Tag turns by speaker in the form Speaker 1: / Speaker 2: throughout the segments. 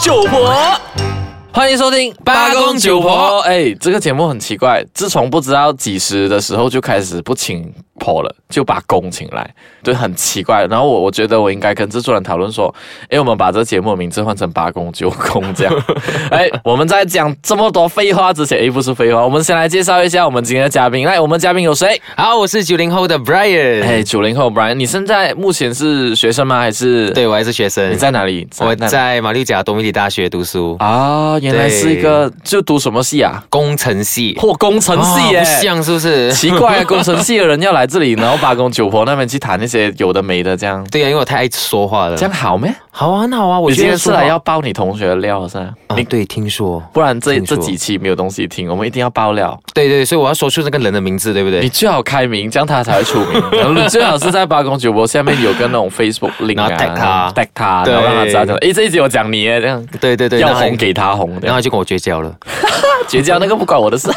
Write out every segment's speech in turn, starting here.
Speaker 1: 九婆。
Speaker 2: 欢迎收听《
Speaker 1: 八公九婆
Speaker 2: 哎，这个节目很奇怪，自从不知道几时的时候就开始不请婆了，就把公请来，对，很奇怪。然后我我觉得我应该跟制作人讨论说，哎，我们把这节目的名字换成八公九公这 样。哎，我们在讲这么多废话之前，哎，不是废话，我们先来介绍一下我们今天的嘉宾。来，我们嘉宾有谁？
Speaker 1: 好，我是九零后的 Brian。
Speaker 2: 哎，九零后 Brian，你现在目前是学生吗？还是
Speaker 1: 对，我还是学
Speaker 2: 你
Speaker 1: 生。
Speaker 2: 在哪里？
Speaker 1: 我
Speaker 2: 哪里
Speaker 1: 在马六甲多米里大学读书，
Speaker 2: 啊，原来是一个就读什么系啊？
Speaker 1: 工程系。
Speaker 2: 或工程系耶、
Speaker 1: 哦不像是不 是？
Speaker 2: 奇怪，工程系的人要来这里，然后八公九婆那边去谈那些有的没的，这样
Speaker 1: 对呀、因为我太爱说话了
Speaker 2: 这。样好咩？
Speaker 1: 好啊，很好啊，我
Speaker 2: 你今
Speaker 1: 觉得
Speaker 2: 天是
Speaker 1: 说
Speaker 2: 来
Speaker 1: 话
Speaker 2: 要爆你同学的料是吧？
Speaker 1: 啊，
Speaker 2: 你
Speaker 1: 对，听说，
Speaker 2: 不然这
Speaker 1: 听
Speaker 2: 这
Speaker 1: 说
Speaker 2: 几期没有东西听，我们一定要爆料。
Speaker 1: 对对，所以我要说出那个人的名字，对不
Speaker 2: 你
Speaker 1: 对？
Speaker 2: 最好开明，这样他才会 出名。然后你最好是在八公九婆下面有个那种 Facebook link
Speaker 1: 然
Speaker 2: 啊
Speaker 1: 后 tag 他
Speaker 2: 然后，tag 他，
Speaker 1: 对
Speaker 2: 然后让他知道这样。诶，这一集我讲你耶，这样
Speaker 1: 对对对，
Speaker 2: 要
Speaker 1: 然后
Speaker 2: 红给他红，这
Speaker 1: 然
Speaker 2: 样
Speaker 1: 后就跟我绝交了。
Speaker 2: 绝交那个不关我的 事。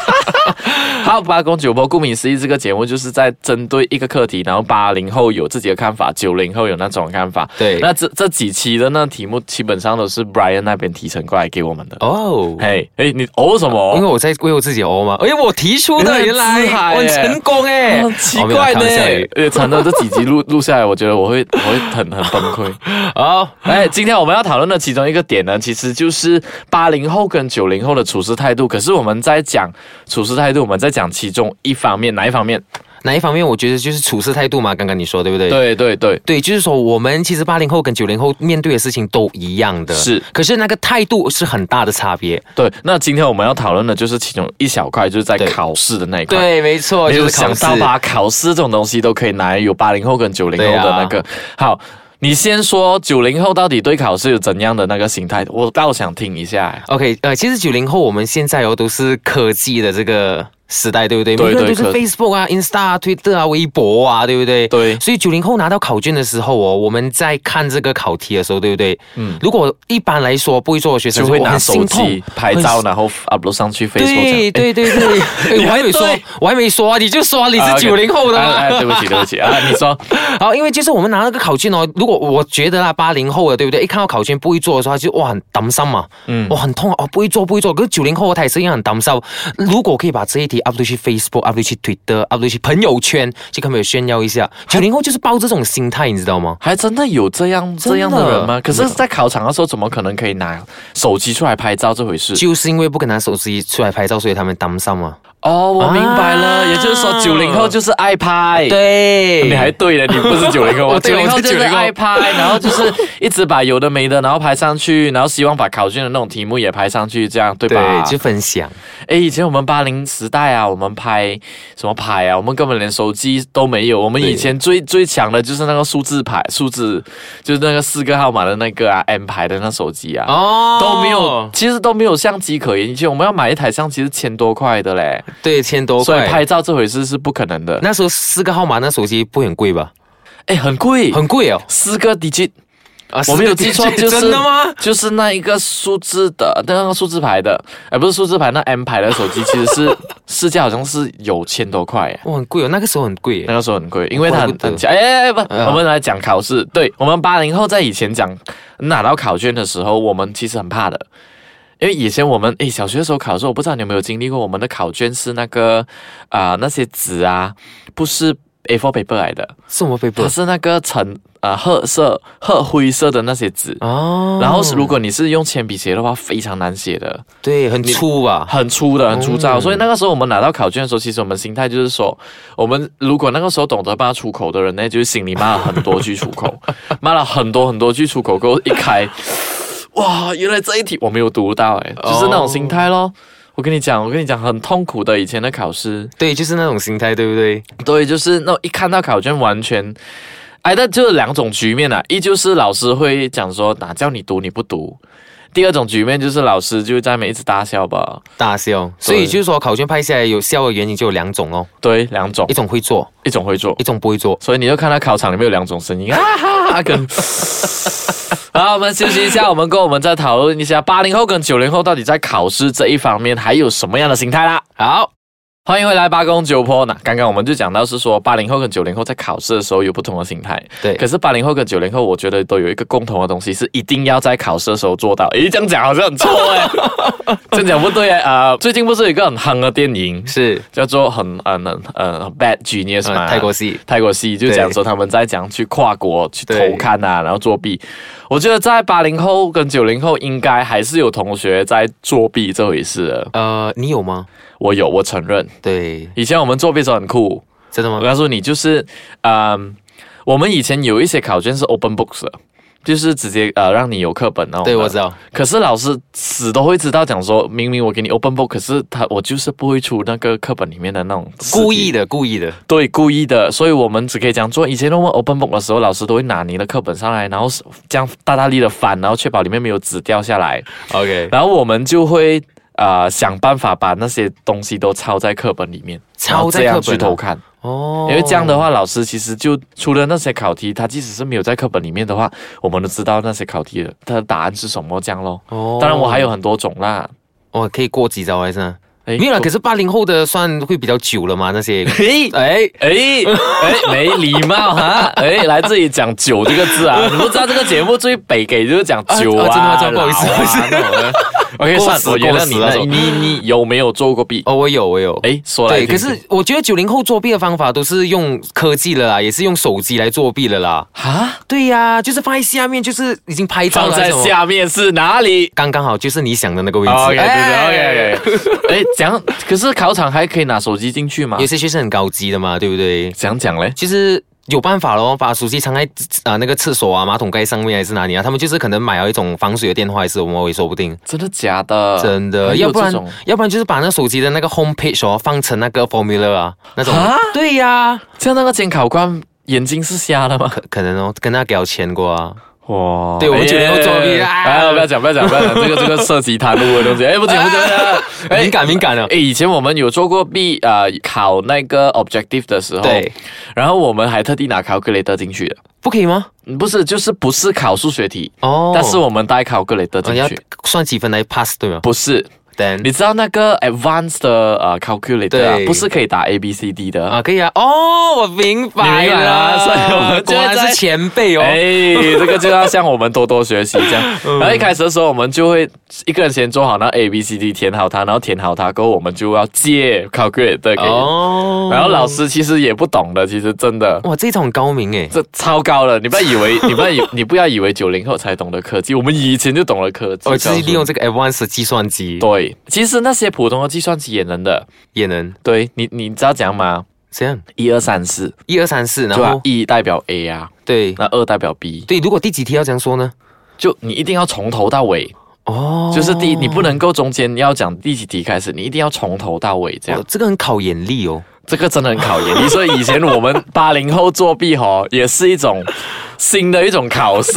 Speaker 2: 好，八公九婆，顾名思义，这个节目就是在针对一个课题，然后八零后有自己的看法，九零后有那种看法。
Speaker 1: 对，
Speaker 2: 那这这几期的那题目基本上都是 Brian 那边提成过来给我们的。
Speaker 1: 哦，
Speaker 2: 嘿，哎，你哦什
Speaker 1: 因为
Speaker 2: 么？
Speaker 1: 我在为我自己哦嘛，哎，我提出
Speaker 2: 你
Speaker 1: 的，哦
Speaker 2: 很
Speaker 1: 原来
Speaker 2: 自嗨
Speaker 1: 我很
Speaker 2: 耶
Speaker 1: 成功哎，
Speaker 2: 很奇怪
Speaker 1: 哦
Speaker 2: 呢
Speaker 1: 没有开玩笑而已，
Speaker 2: 呃，真的这几集录录下来，我觉得我会我会很很崩 溃。
Speaker 1: 好，
Speaker 2: 哎，今天我们要讨论的其中一个点呢，其实就是八零后跟九零后的处事态度。可是我们在讲处事态度，我们在讲其中一方面，哪一方面？
Speaker 1: 哪一方面我觉得就是处事态度嘛，刚刚你说对不对？
Speaker 2: 对对对，
Speaker 1: 对，就是说我们其实八零后跟九零后面对的事情都一样的，
Speaker 2: 是，
Speaker 1: 可是那个态度是很大的差别。
Speaker 2: 对。那今天我们要讨论的就是其中一小块，就是在
Speaker 1: 对
Speaker 2: 考试的那一块。
Speaker 1: 对，没错，
Speaker 2: 没
Speaker 1: 就
Speaker 2: 有
Speaker 1: 是考
Speaker 2: 想
Speaker 1: 试
Speaker 2: 到？吧？考试这种东西都可以拿来有八零后跟九零后的
Speaker 1: 啊
Speaker 2: 那个。好，你先说九零后到底对考试有怎样的那个心态？我倒想听一下。哎
Speaker 1: OK，呃，其实九零后我们现在哦都是科技的这个时代，对不对？
Speaker 2: 对
Speaker 1: 每个人
Speaker 2: 对
Speaker 1: 都是
Speaker 2: 科
Speaker 1: Facebook 啊、Insta 啊、Twitter 啊、微博啊，对不对？
Speaker 2: 对
Speaker 1: 所以九零后拿到考卷的时候哦，我们在看这个考题的时候，对不对？嗯。如果一般来说不会做的学生
Speaker 2: 就会
Speaker 1: 说我
Speaker 2: 拿
Speaker 1: 很
Speaker 2: 手
Speaker 1: 心痛
Speaker 2: 机拍照，然后 upload 上去 Facebook
Speaker 1: 对对对 对，哎我还没说
Speaker 2: 对，
Speaker 1: 我还没说啊，你就说你
Speaker 2: 这样。
Speaker 1: 是九零后的
Speaker 2: 啊
Speaker 1: 嘛、
Speaker 2: ，OK 哎，哎对不起，对不起啊！你说，
Speaker 1: 好，因为就是我们拿那个考卷哦，如果我觉得啦，八零后的啊对不对？一看到考卷不会做的时候，他就哇很担心嘛，嗯，哇很痛啊，哦不会做不会做。可是九零后他也是一样很担心。啊如果可以把这一题 upload 去 Facebook，upload 去 Twitter，upload 去朋友圈，去跟朋友炫耀一下，九零后就是抱着这种心态，你知道吗？
Speaker 2: 还真的有这样
Speaker 1: 真的
Speaker 2: 这样的人吗？可是，在考场的时候，怎么可能可以拿手机出来拍照这回事？
Speaker 1: 就是因为不肯拿手机出来拍照，所以他们担心啊嘛。
Speaker 2: 哦，我明白了，
Speaker 1: 啊
Speaker 2: 也就是说，九零后就是爱拍，
Speaker 1: 对，
Speaker 2: 你哎还对了，你不是九零 后，
Speaker 1: 我
Speaker 2: 我
Speaker 1: 对
Speaker 2: 九零
Speaker 1: 我
Speaker 2: 后
Speaker 1: 是
Speaker 2: 就是
Speaker 1: 90后
Speaker 2: 爱拍，然后就是一直把有的没 的，然后拍上去，然后希望把考卷的那种题目也拍上去，这样对吧
Speaker 1: 对，？就分享。
Speaker 2: 哎，以前我们八零时代啊，我们拍什么拍啊？我们根本连手机都没有。我们以前最最强的就是那个数字牌，数字就是那个四个号码的那个啊，M 牌的那手机啊。
Speaker 1: 哦
Speaker 2: 都没有，，其实都没有相机可言。以前我们要买一台相机是千多块的嘞，
Speaker 1: 对，千多
Speaker 2: 所以
Speaker 1: 块。
Speaker 2: 拍照这回事是不可能的。
Speaker 1: 那时候四个号码，那手机不会很贵吧？
Speaker 2: 哎，很贵，
Speaker 1: 很贵哦。
Speaker 2: 四个 digit
Speaker 1: 啊
Speaker 2: 我没有记错，就是
Speaker 1: 真的吗？
Speaker 2: 就是那一个数字的，那个数字牌的，哎，不是数字牌，那 M 牌的手机其实 是市价好像是有千多块耶。
Speaker 1: 哇，很贵哦，那个时候很贵耶
Speaker 2: 那。个时候很贵，因为它
Speaker 1: 怪
Speaker 2: 很
Speaker 1: 不得
Speaker 2: 很强。哎哎哎，不，
Speaker 1: 哎呀
Speaker 2: 我们来讲考试。对我们八零后在以前讲拿到考卷的时候，我们其实很怕的，因为以前我们诶小学的时候考试，我不知道你有没有经历过，我们的考卷是那个啊、那些纸啊，不是 A4 paper 来的，
Speaker 1: 什么被
Speaker 2: 它
Speaker 1: b
Speaker 2: 是那个橙呃褐色褐灰色的那些纸。
Speaker 1: 哦
Speaker 2: 然后是，如果你是用铅笔写的话，非常难写的，
Speaker 1: 对，很粗吧？
Speaker 2: 很粗的，很粗糙。
Speaker 1: 嗯
Speaker 2: 所以那个时候我们拿到考卷的时候，其实我们心态就是说，我们如果那个时候懂得骂出口的人呢，就是心里骂了很多句出口，骂了很多很多句出口，给我一开，哇，原来这一题我没有读到、欸，哎，就是那种心态咯。我跟你讲，我跟你讲，很痛苦的以前的考试，
Speaker 1: 对，就是那种心态，对不对？
Speaker 2: 对，就是那种一看到考卷完全。哎，那就是两种局面啊，一就是老师会讲说哪叫你读你不读，第二种局面就是老师就在那边一直大笑吧。
Speaker 1: 大笑，所以就是说考卷拍下来有笑的原因就有两种哦，
Speaker 2: 对，两种
Speaker 1: 一，种会做，
Speaker 2: 一种会做，
Speaker 1: 一种不会做。
Speaker 2: 所以你就看到考场里面有两种声音啊哈哈跟。 好，我们休息一下，我们跟我们再讨论一下八零后跟九零后到底在考试这一方面还有什么样的心态啦。
Speaker 1: 好，
Speaker 2: 欢迎回来八公九婆。那刚刚我们就讲到是说，八零后跟九零后在考试的时候有不同的心态。
Speaker 1: 对
Speaker 2: 可是八零后跟九零后，我觉得都有一个共同的东西，是一定要在考试的时候做到。诶，这样讲好像很错哎、
Speaker 1: 欸
Speaker 2: 这样讲不对哎、啊、最近不是有一个很夯的电影，
Speaker 1: 是
Speaker 2: 叫做很嗯很嗯很 Bad Genius
Speaker 1: 呃
Speaker 2: 嘛，
Speaker 1: 泰国戏
Speaker 2: 泰国戏就讲说他们在讲去跨国去偷看啊，然后作弊。我觉得在八零后跟九零后应该还是有同学在作弊这回事的。
Speaker 1: 呃，你有吗？
Speaker 2: 我有，我承认，
Speaker 1: 对，
Speaker 2: 以前我们作弊的时候很酷。
Speaker 1: 真的
Speaker 2: 我
Speaker 1: 吗？
Speaker 2: 告诉你，就是嗯、我们以前有一些考卷是 open books 的。就是直接呃，让你有课本哦。
Speaker 1: 对，我知。道，
Speaker 2: 可是老师死都会知道，讲说明明我给你 open book，可是他我就是不会出那个课本里面的那种
Speaker 1: 故意
Speaker 2: 的。
Speaker 1: 的，故意的，
Speaker 2: 对，故意的，所以我们只可以这样做。以前我们 open book 的时候，老师都会拿你的课本上来，然后这样大大力的翻，然后确保里面没有纸掉下来。
Speaker 1: OK，
Speaker 2: 然后我们就会呃想办法把那些东西都抄在课本里面，
Speaker 1: 抄在
Speaker 2: 然
Speaker 1: 课
Speaker 2: 后这样去
Speaker 1: 本
Speaker 2: 偷
Speaker 1: 啊
Speaker 2: 看。
Speaker 1: 哦
Speaker 2: 因为这样的话，老师其实就除了那些考题，他即使是没有在课本里面的话，我们都知道那些考题的它的答案是什么，这样咯。
Speaker 1: 哦
Speaker 2: 当然，我还有很多种啦。
Speaker 1: 我可以过几招还是啊？
Speaker 2: 哎
Speaker 1: 没有啦，
Speaker 2: 我。
Speaker 1: 可是八零后的算会比较久了嘛，那些
Speaker 2: 嘿
Speaker 1: 哎，
Speaker 2: 哎哎，没礼貌哈！哎，来这里讲“酒”这个字 啊，你不知道这个节目最北给就是讲“酒”
Speaker 1: 啊
Speaker 2: 啊，
Speaker 1: 啊真的吗真的不好意思
Speaker 2: 老啊
Speaker 1: 不好意思
Speaker 2: 那种的 OK，
Speaker 1: 过
Speaker 2: 算
Speaker 1: 时
Speaker 2: 了，我原谅
Speaker 1: 过时啊那
Speaker 2: 你。
Speaker 1: 种
Speaker 2: 那你你有没有做过弊？
Speaker 1: 哦，我有，我有。
Speaker 2: 哎，说来
Speaker 1: 对，
Speaker 2: 听听。
Speaker 1: 可是我觉得九零后作弊的方法都是用科技了啦，也是用手机来作弊了啦。
Speaker 2: 啊，
Speaker 1: 对呀、就是放在下面，就是已经拍照
Speaker 2: 放
Speaker 1: 了还
Speaker 2: 在
Speaker 1: 是什么，
Speaker 2: 下面是哪里？
Speaker 1: 刚刚好就是你想的那个位置。
Speaker 2: OK，对对
Speaker 1: 哎
Speaker 2: OK，OK。哎，讲，可是考场还可以拿手机进去吗
Speaker 1: 有？些学生很高级的嘛，对不对？
Speaker 2: 讲讲嘞，
Speaker 1: 其实有办法咯，把手机藏在啊、那个厕所啊、马桶盖上面还是哪里啊？他们就是可能买了一种防水的电话，还是什么也说不定。
Speaker 2: 真的假的？
Speaker 1: 真的，
Speaker 2: 还
Speaker 1: 要
Speaker 2: 有
Speaker 1: 不
Speaker 2: 这
Speaker 1: 然
Speaker 2: 种
Speaker 1: 要不然就是把那手机的那个 home page 哦放成那个 formula 啊那种
Speaker 2: 啊。
Speaker 1: 对呀、
Speaker 2: 这样那个监考官眼睛是瞎的吗？
Speaker 1: 可可能哦，跟他给我钱过啊。
Speaker 2: 哇！
Speaker 1: 对我们九零后作弊啊
Speaker 2: 哎哎不要讲，不要讲，不要 讲，这个这个涉及贪污的东西。哎，不行不行，不行
Speaker 1: 敏。感敏感哦了
Speaker 2: 哎，。以前我们有做过 B 呃考那个 objective 的时候，
Speaker 1: 对，
Speaker 2: 然后我们还特地拿 calculator 进去的，
Speaker 1: 不可以吗？
Speaker 2: 嗯不是就是不是考数学题，
Speaker 1: 哦，
Speaker 2: 但是我们带 calculator
Speaker 1: 哦你
Speaker 2: 进
Speaker 1: 要
Speaker 2: 去，
Speaker 1: 算几分来 pass 对吗？
Speaker 2: 不是，
Speaker 1: 等
Speaker 2: 你知道那个 advanced 的呃 calculator 啊
Speaker 1: 对
Speaker 2: 不是可以打 A B C D 的
Speaker 1: 啊，可以啊。哦，我明白
Speaker 2: 你明白
Speaker 1: 了，
Speaker 2: 了所以我 们就
Speaker 1: 果
Speaker 2: 会
Speaker 1: 然
Speaker 2: 在
Speaker 1: 是前辈哦。
Speaker 2: 哎， 这个就要向我们多多学习这样。
Speaker 1: 嗯
Speaker 2: 然后一开始的时候，我们就会一个人先做好那 A B C D 填好它，然后填好它过后，我们就要借 calculator 给。
Speaker 1: 哦
Speaker 2: 然后老师其实也不懂的，其实真的。
Speaker 1: 哇，这种很高明哎。
Speaker 2: 这超高了！你不要以 为，你不要以，你不要以为九零后才懂得科技，我们以前就懂了科技。
Speaker 1: 我哦就是利
Speaker 2: 告
Speaker 1: 用
Speaker 2: 诉
Speaker 1: 这个 advanced 计算机
Speaker 2: 你对，其实那些普通的计算机也能的。
Speaker 1: 也能
Speaker 2: 对你，你知道讲吗？
Speaker 1: 这样，
Speaker 2: 一二三四，
Speaker 1: 一二三四，然
Speaker 2: 对吧
Speaker 1: 后？
Speaker 2: 一代表 A 啊，
Speaker 1: 对
Speaker 2: 那二代表 B，
Speaker 1: 对，如果第几题要这样说呢？
Speaker 2: 就你一定要从头到尾。
Speaker 1: 哦，
Speaker 2: 就是第一，你不能够中间要讲第几题开始，你一定要从头到尾这样
Speaker 1: 哇，这个很考眼力哦。
Speaker 2: 这个真的很考验 你。所以以前我们八零后作弊吼，也是一种新的一种考 试，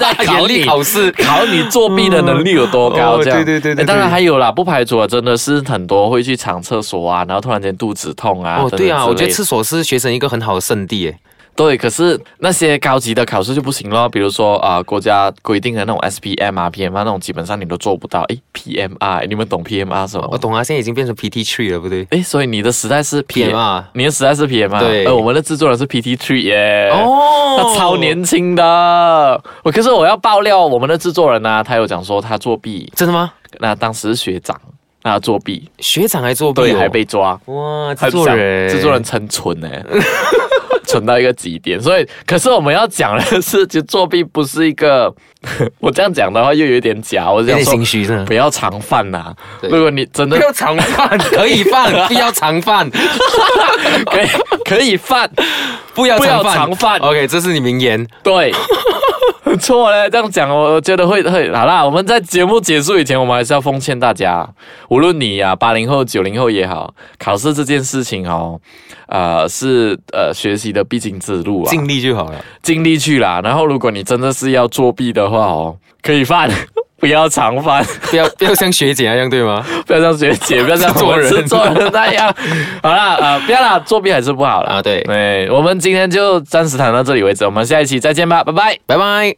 Speaker 2: 在考
Speaker 1: 眼
Speaker 2: 你
Speaker 1: 力考试
Speaker 2: 考你作弊的能力有多高
Speaker 1: 哦
Speaker 2: 这样。
Speaker 1: 对对对对
Speaker 2: 诶当然
Speaker 1: 对
Speaker 2: 还有啦，不排除啊真的是很多会去上厕所啊，然后突然间肚子痛啊。
Speaker 1: 哦，
Speaker 2: 等等
Speaker 1: 对啊，
Speaker 2: 之
Speaker 1: 我觉
Speaker 2: 类
Speaker 1: 得
Speaker 2: 的
Speaker 1: 厕所是学生一个很好的圣地哎。
Speaker 2: 对，可是那些高级的考试就不行咯，比如说啊、国家规定的那种 SPM 啊、PMR 那种，基本上你都做不到。诶 p m r 你们懂 PMR 是吗？
Speaker 1: 我懂啊，现在已经变成 PT Tree 了，不对
Speaker 2: 诶，所以你的时代是
Speaker 1: ？PM 啊，
Speaker 2: 你的时代是 PM 啊？
Speaker 1: 对
Speaker 2: 呃，我们的制作人是 PT Three 耶。。
Speaker 1: 哦
Speaker 2: 他超年轻的，我可是我要爆料我们的制作人呢、啊他有讲说他作弊，
Speaker 1: 真的吗？
Speaker 2: 那当时是学长，那他作弊，
Speaker 1: 学长还作弊、哦，
Speaker 2: 对，还被抓，
Speaker 1: 哇，制
Speaker 2: 很
Speaker 1: 作
Speaker 2: 想
Speaker 1: 人，
Speaker 2: 制作人称蠢呢、 蠢到一个极点。所以，可是我们要讲的是，就作弊不是一个， 我这样讲的话又有点假，我
Speaker 1: 有
Speaker 2: 想
Speaker 1: 点
Speaker 2: 说
Speaker 1: 心虚，真
Speaker 2: 不
Speaker 1: 的。
Speaker 2: 要常犯呐、
Speaker 1: 对
Speaker 2: 如果你真的
Speaker 1: 不要常犯， 可以犯，不要常犯，
Speaker 2: 可以可以犯，
Speaker 1: 不要常
Speaker 2: 不要
Speaker 1: 犯，
Speaker 2: 常犯
Speaker 1: OK，这是你名言。
Speaker 2: 对， 很错嘞。这样讲，我我觉得会会好啦。我们在节目结束以前，我们还是要奉劝大家，无论你呀八零后、九零后也好，考试这件事情哦，呃，是呃学习的必经之路啊，尽
Speaker 1: 尽力就好了。
Speaker 2: 尽力去啦。然后，如果你真的是要作弊的话哦，可以犯。 不要常犯，
Speaker 1: 不要不要像学姐那样，对吗？
Speaker 2: 不要像学 姐，不要像
Speaker 1: 做人
Speaker 2: 我们是做人那样。好啦，呃，不要啦，作弊还是不好啦。
Speaker 1: 啊对
Speaker 2: 对，我们今天就暂时谈到这里为止，我们下一期再见吧，拜拜。
Speaker 1: 拜拜。